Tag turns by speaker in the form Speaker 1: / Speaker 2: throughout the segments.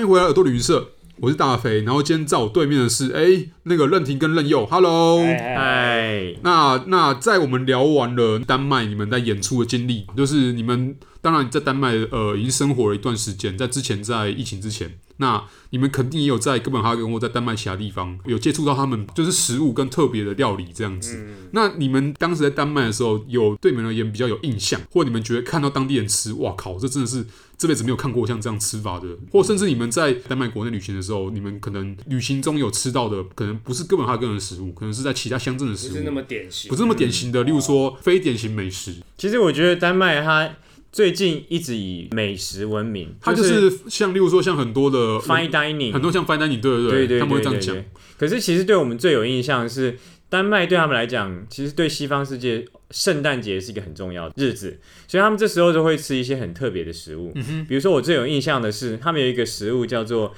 Speaker 1: 迎回来耳朵旅社，我是大肥。然后今天在我对面的是哎、那个任婷跟任佑，Hello。
Speaker 2: 哎
Speaker 3: 哎，
Speaker 1: 那那在我们聊完了丹麦你们在演出的经历，就是你们当然在丹麦呃已经生活了一段时间，在之前在疫情之前，那你们肯定也有在哥本哈根或在丹麦其他地方有接触到他们就是食物跟特别的料理这样子。那你们当时在丹麦的时候，有对你们而言比较有印象，或你们觉得看到当地人吃，哇靠，这真的是这辈子没有看过像这样吃法的，或甚至你们在丹麦国内旅行的时候，你们可能旅行中有吃到的，可能不是哥本哈根的食物，可能是在其他乡镇的食
Speaker 2: 不
Speaker 1: 物，
Speaker 2: 是那么典型，
Speaker 1: 不是那么典型
Speaker 3: 嗯
Speaker 1: 的，例如说非典型美食，
Speaker 3: 其实我觉得丹麦它最近一直以美食闻名，
Speaker 1: 它就是像例如说像很多的
Speaker 3: fine dining，
Speaker 1: 很多像 fine dining，对
Speaker 3: 对
Speaker 1: 对
Speaker 3: 对
Speaker 1: 他们
Speaker 3: 对
Speaker 1: 会这样
Speaker 3: 对
Speaker 1: 讲
Speaker 3: 对。。可是其实对我们最有印象的是，丹麦对他们来讲，其实对西方世界，圣诞节是一个很重要的日子，所以他们这时候就会吃一些很特别的食
Speaker 1: 嗯
Speaker 3: 物。比如说我最有印象的是，他们有一个食物叫做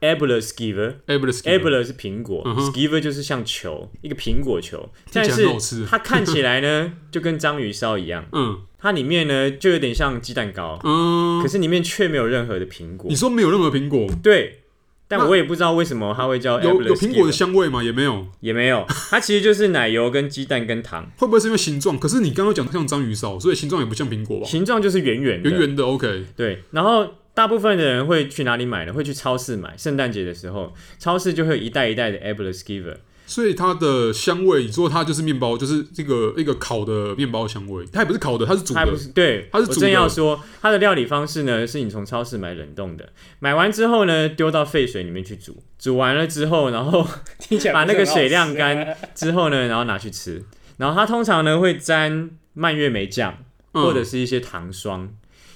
Speaker 3: a b l e s k i v e r
Speaker 1: a b l e s
Speaker 3: a b l e 是苹果、
Speaker 1: 嗯
Speaker 3: s
Speaker 1: 哼
Speaker 3: k i v e r 就是像球，一个苹果球，
Speaker 1: 听
Speaker 3: 但
Speaker 1: 起来
Speaker 3: 是
Speaker 1: 很好吃
Speaker 3: 它看起来呢就跟章鱼烧一样，
Speaker 1: 嗯
Speaker 3: 它里面呢就有点像鸡蛋糕，可
Speaker 1: 嗯，
Speaker 3: 是里面却没有任何的苹果
Speaker 1: 你。说没有任何苹果，
Speaker 3: 对，但
Speaker 1: 那
Speaker 3: 我也不知道为什么它会叫 a b
Speaker 1: 有
Speaker 3: l e
Speaker 1: 有苹果的香味吗？也没有，
Speaker 3: 也没有，它其实就是奶油跟鸡蛋跟糖，
Speaker 1: 会不会是因为形状？可是你刚刚讲像章鱼烧，所以形状也不像苹果吧？
Speaker 3: 形状就是圆圆的。
Speaker 1: 圆圆的，OK，
Speaker 3: 对，然后大部分的人会去哪里买呢？会去超市买。圣诞节的时候，超市就会有一袋一袋的 a b l e s k i v e r
Speaker 1: 所以它的香味，你说它就是面包，就是这个一个烤的面包香味，它也不是烤的，它是煮
Speaker 3: 它
Speaker 1: 的
Speaker 3: 不，是对，
Speaker 1: 它是
Speaker 3: 我
Speaker 1: 煮
Speaker 3: 正
Speaker 1: 的
Speaker 3: 要说它的料理方式呢，是你从超市买冷冻的，买完之后呢，丢到沸水里面去煮，煮完了之后，然后
Speaker 2: 听 起来
Speaker 3: 把
Speaker 2: 不
Speaker 3: 那
Speaker 2: 是
Speaker 3: 个
Speaker 2: 很好
Speaker 3: 水
Speaker 2: 吃
Speaker 3: 晾
Speaker 2: 啊
Speaker 3: 干，之后呢，然后拿去吃。然后它通常呢会沾蔓越莓酱，
Speaker 1: 嗯
Speaker 3: 或者是一些糖霜。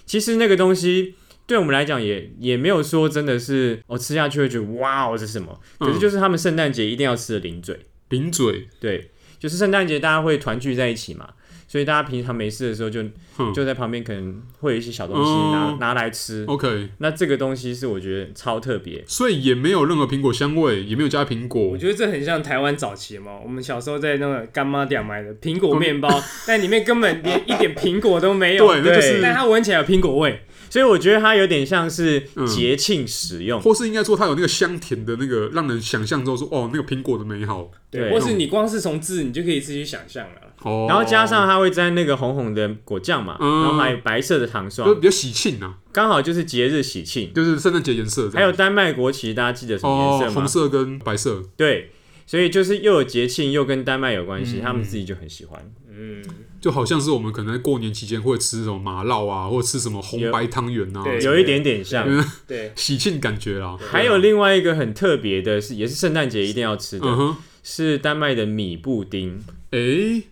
Speaker 3: 其实那个东西对我们来讲也也没有说真的是我、哦吃下去会觉得哇哦这是什么，
Speaker 1: 嗯
Speaker 3: 可是就是他们圣诞节一定要吃的零嘴，
Speaker 1: 零嘴，
Speaker 3: 对，就是圣诞节大家会团聚在一起嘛。所以大家平常没事的时候就，就
Speaker 1: 嗯
Speaker 3: 在旁边可能会有一些小东西
Speaker 2: 嗯
Speaker 3: 拿、
Speaker 1: 哦
Speaker 3: 拿来吃。
Speaker 1: ，OK，
Speaker 3: 那这个东西是我觉得超特别，
Speaker 1: 所以也没有任何苹果香味，也没有加苹
Speaker 2: 我
Speaker 1: 果，
Speaker 2: 觉得这很像台湾早期嘛，我们小时候在那个干妈店买的苹果 面包，但里面根本连一点苹果都没有，
Speaker 1: 对那就是
Speaker 2: 但它闻起来有苹果味，
Speaker 3: 所以我觉得它有点像是
Speaker 1: 嗯
Speaker 3: 节庆使用。
Speaker 1: 或是应该说它有那个香甜的那个，让人想象中说哦，那个苹果的美好。
Speaker 3: 对
Speaker 2: 或是你光是从字你就可以自己想象了。
Speaker 1: 哦，
Speaker 3: 然后加上它会沾那个红红的果酱嘛，
Speaker 1: 嗯
Speaker 3: 然后还有白色的糖
Speaker 1: 就是
Speaker 3: 霜，
Speaker 1: 比较喜庆啊，
Speaker 3: 刚好就是节日喜庆。
Speaker 1: 就是圣诞节颜色这
Speaker 3: 还有
Speaker 1: 样。
Speaker 3: 丹麦国旗，大家记得什么
Speaker 1: 哦
Speaker 3: 颜，色
Speaker 1: 红
Speaker 3: 吗？
Speaker 1: 色跟白色，
Speaker 3: 对，所以就是又有节庆，又跟丹麦有关系，
Speaker 1: 嗯
Speaker 3: 他们自己就很喜欢。
Speaker 2: 嗯，
Speaker 1: 就好像是我们可能在过年期间会吃什么麻辣啊，或者吃什么红白汤圆啊，
Speaker 2: 对
Speaker 3: 有一点点像。
Speaker 2: 对，
Speaker 1: 喜庆感觉啦。
Speaker 3: 还有另外一个很特别的是，也是圣诞节一定要吃的，
Speaker 1: 嗯哼，
Speaker 3: 是丹麦的米布丁。
Speaker 1: 诶、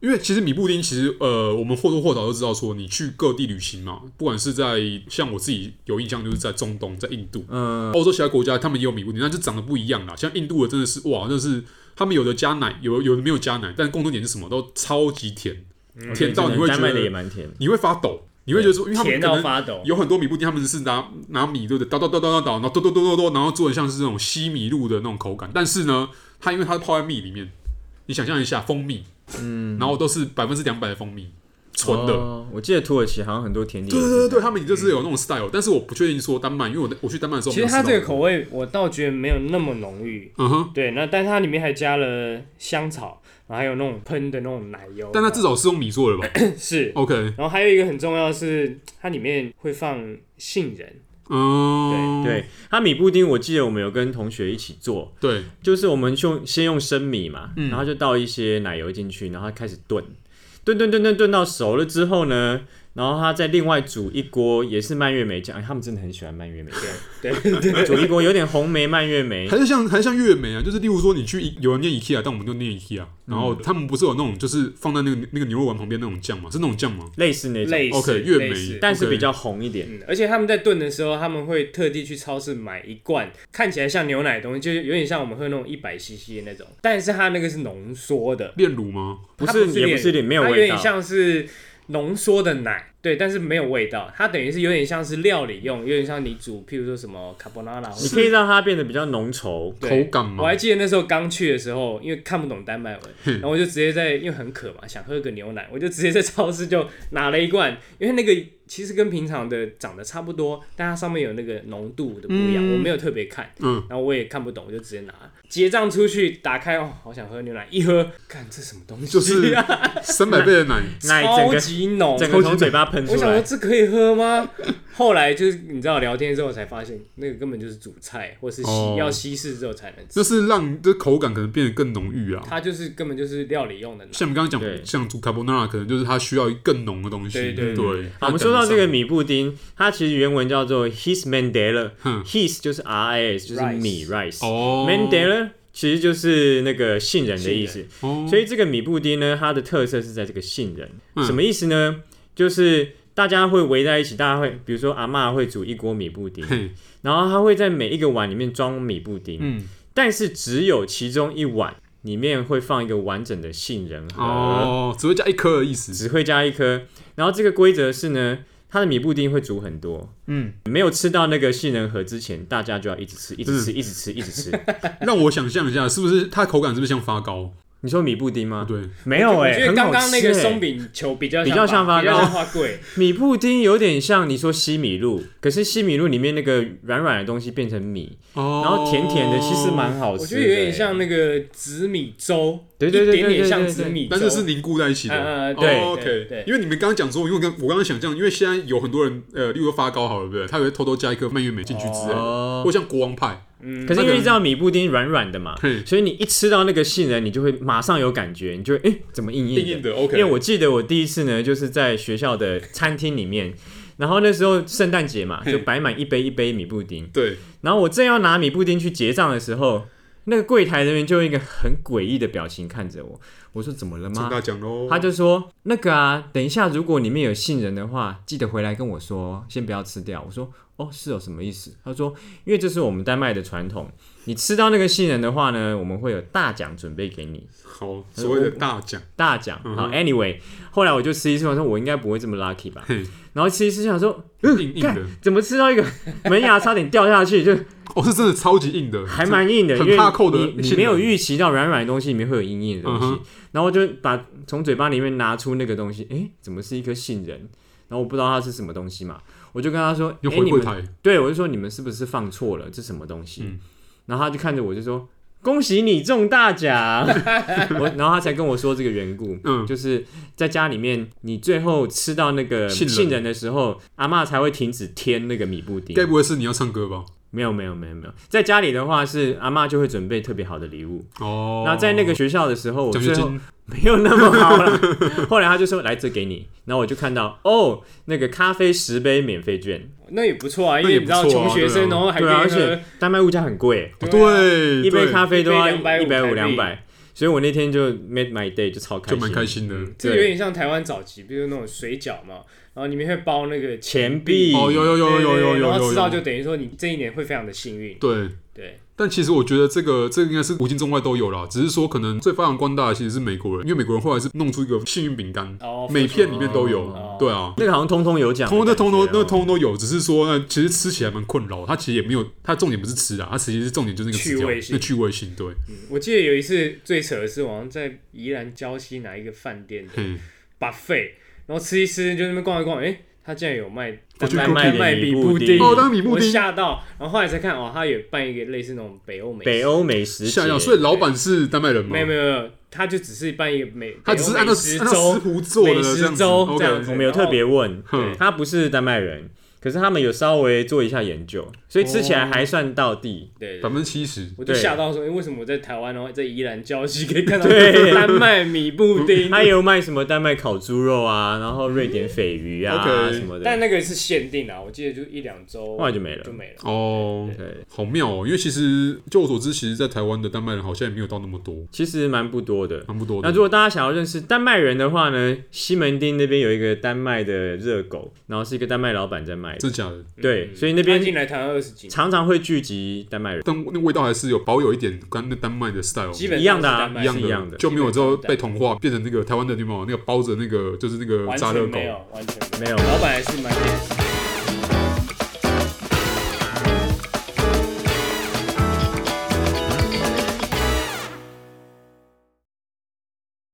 Speaker 1: 因为其实米布丁，其实呃，我们或多或少都知道说，你去各地旅行嘛，不管是在像我自己有印象，就是在中东，在印度，
Speaker 3: 嗯，
Speaker 1: 欧洲其他国家他们也有米布丁，但就长得不一样啦。像印度的真的是哇，真的是他们有的加奶，有有的没有加奶，但共同点是什么？都超级甜，甜到你会觉
Speaker 3: 嗯丹麦的也
Speaker 1: 得
Speaker 3: 蛮甜。
Speaker 1: 你会发抖，你会觉得说，因为他们
Speaker 2: 甜
Speaker 1: 可
Speaker 2: 到
Speaker 1: 能
Speaker 2: 发抖。
Speaker 1: 有很多米布丁，他们是拿拿米对不对？捣捣捣捣捣捣，然后剁剁剁剁剁，然后做的像是那种西米露的那种口感。但是呢，它因为它泡在蜜里面，你想象一下蜂蜜，嗯，然后都是百分之两百的蜂蜜，纯的。
Speaker 3: 哦我记得土耳其好像很多甜点
Speaker 1: 对
Speaker 3: 也是
Speaker 1: 对
Speaker 3: 这样。
Speaker 1: 对对，他们就是有那种 style，但是我不确定说丹麦，因为我我去丹麦的时候，
Speaker 2: 其实它这个口，味我倒觉得没有那么浓郁，
Speaker 1: 嗯哼，
Speaker 2: 对，那但它里面还加了香草，然后还有那种喷的那种奶油，
Speaker 1: 但它至少是用米做的吧
Speaker 2: 是。
Speaker 1: ？OK，
Speaker 2: 然后还有一个很重要的是，它里面会放杏仁，
Speaker 1: 嗯，
Speaker 3: 对，它米布丁，我记得我们有跟同学一起做，
Speaker 1: 对，
Speaker 3: 就是我们用先用生米嘛，
Speaker 1: 嗯
Speaker 3: 然后就倒一些奶油进去，然后开始炖，炖炖炖炖炖到熟了之后呢，然后它再另外煮一锅也是蔓越莓酱、哎他们真的很喜欢 蔓越莓酱，
Speaker 2: 对对对，
Speaker 3: 煮一锅有点红莓蔓越莓
Speaker 1: 还，是像还是像月美啊，就是例如说你去有人念 IKEA，但我们就念 IKEA，然后他们不是有那种就是放在那个那个牛肉丸旁边那种酱嘛，是那种酱吗？
Speaker 3: 类似那种，
Speaker 2: 类似
Speaker 1: OK，越
Speaker 2: 类
Speaker 1: 美
Speaker 2: 似
Speaker 3: 但是
Speaker 1: OK
Speaker 3: 比较红一点。
Speaker 2: 嗯，而且他们在炖的时候，他们会特地去超市买一罐看起来像牛奶的东西，就是有点像我们喝那种一百 CC 的那种，但是它那个是浓缩的，
Speaker 1: 炼乳吗？
Speaker 3: 不
Speaker 2: 它
Speaker 3: 是也不
Speaker 2: 炼
Speaker 3: 是有点没有
Speaker 2: 它有
Speaker 3: 味
Speaker 2: 点
Speaker 3: 道，
Speaker 2: 像是浓缩的奶，对，但是没有味道，它等于是有点像是料理用，有点像你煮，譬如说什么 carbonara 或
Speaker 3: 你
Speaker 2: 者
Speaker 3: 可以让它变得比较浓稠。
Speaker 2: 对
Speaker 1: 口感嘛
Speaker 2: 我还记得那时候刚去的时候，因为看不懂丹麦文，然后我就直接在，因为很渴嘛，想喝个牛奶，我就直接在超市就拿了一罐，因为那个其实跟平常的长得差不多，但它上面有那个浓度的不一样，我没有特别看，
Speaker 1: 嗯，
Speaker 2: 然后我也看不懂，我就直接拿了结账出去，打开哦，好想喝牛奶，一喝，看这什么东西、啊，
Speaker 1: 就是三百倍的奶，
Speaker 3: 奶整
Speaker 2: 超
Speaker 3: 个
Speaker 2: 级浓，
Speaker 3: 整个从嘴巴喷出
Speaker 2: 我想说
Speaker 3: 来，
Speaker 2: 这可以喝吗？ 后来就是你知道聊天之后才发现，那个根本就是煮菜或是西、
Speaker 1: 哦
Speaker 2: 要稀释之后才能吃，
Speaker 1: 就是让这口感可能变得更浓郁啊。
Speaker 2: 它就是根本就是料理用的奶。
Speaker 1: 像我们刚刚
Speaker 3: 对
Speaker 1: 讲，像煮 carbonara 可能就是它需要更浓的东西。
Speaker 2: 对对
Speaker 1: 对。
Speaker 3: 好，我们说到这个米布丁，它其实原文叫做 his
Speaker 2: 嗯
Speaker 3: mandela，his
Speaker 1: 哼
Speaker 3: 就是 R I S，就是米 rice。
Speaker 1: 哦
Speaker 3: mandela 其实就是那个杏仁的意
Speaker 2: 杏
Speaker 3: 思，
Speaker 1: 哦
Speaker 3: 所以这个米布丁呢，它的特色是在这个杏仁。
Speaker 1: 嗯
Speaker 3: 什么意思呢？就是大家会围在一起，大家会，比如说阿嬷会煮一锅米 布丁，
Speaker 1: 嘿，
Speaker 3: 然后她会在每一个碗里面装米布丁，
Speaker 1: 嗯，
Speaker 3: 但是只有其中一碗里面会放一个完整的杏仁核，
Speaker 1: 哦，只会加一颗的意思。
Speaker 3: 只会加一颗。然后这个规则是呢，它的米布丁会煮很多，
Speaker 1: 嗯，
Speaker 3: 没有吃到那个杏仁核之前，大家就要一直吃，一直吃，
Speaker 1: 嗯
Speaker 3: 一直吃，一直吃。
Speaker 1: 让我想象一下，是不是它口感是不是像发糕？啊
Speaker 3: 你说米布丁吗？
Speaker 1: 对，
Speaker 3: 没有哎、
Speaker 2: 我觉得
Speaker 3: 很好
Speaker 2: 刚刚那个
Speaker 3: 吃欸
Speaker 2: 松饼球比较
Speaker 3: 比较像发
Speaker 2: 比较
Speaker 3: 糕
Speaker 2: 像花 贵，
Speaker 3: 米布丁有点像你说西米露，可是西米露里面那个软软的东西变成米，
Speaker 1: 哦，
Speaker 3: 然后甜甜的，其实蛮好吃
Speaker 2: 我
Speaker 3: 的。欸
Speaker 2: 觉得有点像那个紫米粥，
Speaker 3: 对对对
Speaker 2: 一点
Speaker 3: 对
Speaker 2: 点
Speaker 3: 对
Speaker 2: 像
Speaker 3: 对
Speaker 2: 紫米粥，
Speaker 1: 但是是凝固在一起的。
Speaker 2: 嗯嗯
Speaker 1: 哦
Speaker 2: 对对对
Speaker 1: ，OK，因为你们刚刚讲说，因为我刚我刚刚想象，因为现在有很多人，呃，例如说发糕好了，对不对？他也会偷偷加一颗蔓越莓进去之类的，
Speaker 3: 哦
Speaker 1: 或。像国王派，
Speaker 2: 嗯
Speaker 3: 可是因
Speaker 1: 那
Speaker 3: 为
Speaker 1: 个
Speaker 3: 知道米布丁软软的嘛，
Speaker 1: 嘿，
Speaker 3: 所以你一吃到那个杏仁，你就会马上有感觉，你就会哎、诶怎么硬硬的？
Speaker 1: 硬硬的
Speaker 3: 因为
Speaker 1: ，OK，
Speaker 3: 我记得我第一次呢，就是在学校的餐厅里面，然后那时候圣诞节嘛，
Speaker 1: 嘿
Speaker 3: 就摆满一杯一杯米布丁，
Speaker 1: 对，
Speaker 3: 然后我正要拿米布丁去结账的时候，那个柜台人员就用一个很诡异的表情看着我，我说怎么了
Speaker 1: 听
Speaker 3: 吗？
Speaker 1: 他讲喽，
Speaker 3: 他就说：“那个啊，等一下，如果里面有杏仁的话，记得回来跟我说，先不要吃掉。”我说：“哦，是有、什么意思？”他说：“因为这是我们丹麦的传统，你吃到那个杏仁的话呢，我们会有大奖准备给你。
Speaker 1: 好，所谓的大奖，
Speaker 3: 大奖。
Speaker 1: 嗯
Speaker 3: 好
Speaker 1: 哼
Speaker 3: ，anyway，后来我就吃一次，我说我应该不会这么 lucky 吧。
Speaker 1: 嘿，
Speaker 3: 然后吃一次想说，
Speaker 1: 硬硬
Speaker 3: 干
Speaker 1: 的，
Speaker 3: 怎么吃到一个 门牙差点掉下去，就
Speaker 1: 哦，是真的超级硬的，
Speaker 3: 还蛮硬的，
Speaker 1: 很
Speaker 3: 因为
Speaker 1: 怕扣的
Speaker 3: 你你
Speaker 1: 杏
Speaker 3: 没有
Speaker 1: 仁
Speaker 3: 预期到软软的东西里面会有硬硬的东西，
Speaker 1: 嗯哼
Speaker 3: 然后就把从嘴巴里面拿出那个东西，诶，怎么是一颗杏仁？然后我不知道它是什么东西嘛，我就跟他说，
Speaker 1: 又
Speaker 3: 诶，
Speaker 1: 回
Speaker 3: 你
Speaker 1: 柜
Speaker 3: 们
Speaker 1: 台，
Speaker 3: 对我就说你们是不是放错了？这什么东西？
Speaker 1: 嗯
Speaker 3: 然后他就看着我就说。恭喜你中大奖！ 我然后他才跟我说这个缘故，
Speaker 1: 嗯
Speaker 3: 就是在家里面，你最后吃到那个
Speaker 1: 杏仁
Speaker 3: 杏仁的时候，阿嬷才会停止添那个米布丁。
Speaker 1: 该不会是你要唱歌吧？
Speaker 3: 没有没有没有没有，在家里的话是阿嬷就会准备特别好的礼物。
Speaker 1: 哦，
Speaker 3: 那在那个学校的时候，我
Speaker 1: 奖
Speaker 3: 最
Speaker 1: 学
Speaker 3: 后
Speaker 1: 金，
Speaker 3: 没有那么好了。后来他就说：“来，这给你。”然后我就看到哦，那个咖啡十杯免费券，
Speaker 2: 那也不错啊，因
Speaker 1: 那
Speaker 2: 为
Speaker 1: 也
Speaker 2: 你
Speaker 1: 不
Speaker 2: 知
Speaker 1: 错啊
Speaker 2: 道穷学生，然后还可
Speaker 3: 对啊，而
Speaker 2: 以喝
Speaker 3: 且丹麦物价很贵，
Speaker 1: 哦
Speaker 2: 对
Speaker 1: 对，
Speaker 3: 啊一杯咖
Speaker 1: 啡
Speaker 3: 啡都要
Speaker 2: 一杯
Speaker 3: 一百五
Speaker 2: 250
Speaker 3: 两百，所以我那天就 made my day 就超开
Speaker 1: 就
Speaker 3: 心，
Speaker 1: 蛮开心的，
Speaker 2: 这有点像台湾早期，比如那种水饺嘛，然后里面会包那个
Speaker 3: 钱币
Speaker 2: 币，
Speaker 1: 哦，有有有有有有
Speaker 2: 对对对然后
Speaker 1: 有
Speaker 2: 吃到
Speaker 1: 有
Speaker 2: 就
Speaker 1: 有，
Speaker 2: 等于说你这一年会非常的幸运，
Speaker 1: 对。
Speaker 2: 对，
Speaker 1: 但其实我觉得这个这个应该是古今中外都有啦，只是说可能最发扬光大的其实是美国人，因为美国人后来是弄出一个幸运饼干，
Speaker 2: 哦，
Speaker 1: 每片里面都有，
Speaker 2: 哦
Speaker 1: 对啊。
Speaker 3: 那个好像通通有奖的
Speaker 1: 通通那
Speaker 3: 感觉哦，
Speaker 1: 通通那通通都有，只是说呢，其实吃起来蛮困扰。它其实也没有，它重点不是吃啊，它其实是重点就是那个
Speaker 2: 趣
Speaker 1: 质量
Speaker 2: 味性
Speaker 1: 那趣味性，对，
Speaker 2: 嗯我记得有一次最扯的是，我好像在宜兰礁溪哪一个饭 店的
Speaker 1: 嘿，
Speaker 2: buffet，然后吃一吃就那边逛一逛，诶，他竟然有卖
Speaker 1: 我去
Speaker 2: 卖
Speaker 1: 逛
Speaker 2: 卖
Speaker 3: 逛
Speaker 2: 卖
Speaker 3: 米
Speaker 2: 米
Speaker 3: 布
Speaker 2: 布
Speaker 3: 丁
Speaker 2: 丁，
Speaker 1: 哦，当米布
Speaker 2: 我
Speaker 1: 丁
Speaker 2: 吓到，然后后来才看哦，他有办一个类似那种北欧美食
Speaker 3: 北欧美食
Speaker 1: 下药，
Speaker 3: 节
Speaker 1: 所以老板是丹麦人吗？
Speaker 2: 没有没有没有，他就只是办一个美，
Speaker 1: 他只是
Speaker 2: 北欧
Speaker 1: 按
Speaker 2: 美
Speaker 1: 照
Speaker 2: 食
Speaker 1: 按照食
Speaker 2: 周，
Speaker 1: 谱做的
Speaker 2: 美食
Speaker 1: 这样子。
Speaker 2: 粥
Speaker 1: OK，
Speaker 2: 这样子哦嗯
Speaker 3: 我们有特别问，
Speaker 1: 哼
Speaker 3: 他不是丹麦人，可是他们有稍微做一下研究，所以吃起来还算到地。
Speaker 2: 对，
Speaker 1: 百
Speaker 2: 对
Speaker 1: 分之七十，
Speaker 2: 我就
Speaker 3: 对
Speaker 2: 吓到说，诶为什么我在台湾然后在宜兰礁溪可以看到
Speaker 3: 对嗯
Speaker 2: 丹麦米布丁？
Speaker 3: 他也有卖什么丹麦烤猪肉啊，然后瑞典鲱鱼啊
Speaker 1: OK
Speaker 3: 什么的，
Speaker 2: 但那个是限定啊，我记得就一两周，
Speaker 3: 后来就没了
Speaker 2: 就。没了。
Speaker 1: 哦，
Speaker 3: 对，
Speaker 1: 好妙哦！因为其实就我所知，其实，在台湾的丹麦人好像也没有到那么多，
Speaker 3: 其实蛮不多的。
Speaker 2: 哦
Speaker 1: 蛮不多的。
Speaker 3: 那如果大家想要认识丹麦人的话呢，西门町那边有一个丹麦的热狗，然后是一个丹麦老板在卖来的。
Speaker 1: 真假的？
Speaker 3: 对，所以那
Speaker 2: 那
Speaker 3: 边
Speaker 2: 嗯进来台湾二十几年，
Speaker 3: 常常会聚集丹麦人，
Speaker 1: 但那味道还是有保有一点跟那丹麦的 style
Speaker 2: 基本
Speaker 3: 一样的啊
Speaker 2: 上是丹麦
Speaker 1: 一样
Speaker 3: 是一样的
Speaker 1: 就没有之后
Speaker 2: 基本上是
Speaker 1: 被同化，变成那个台湾的那有没有那个包着那个就是那个
Speaker 2: 完
Speaker 1: 炸热
Speaker 2: 全
Speaker 1: 狗
Speaker 2: 没，有，完全
Speaker 3: 没有
Speaker 2: 老板还是蛮。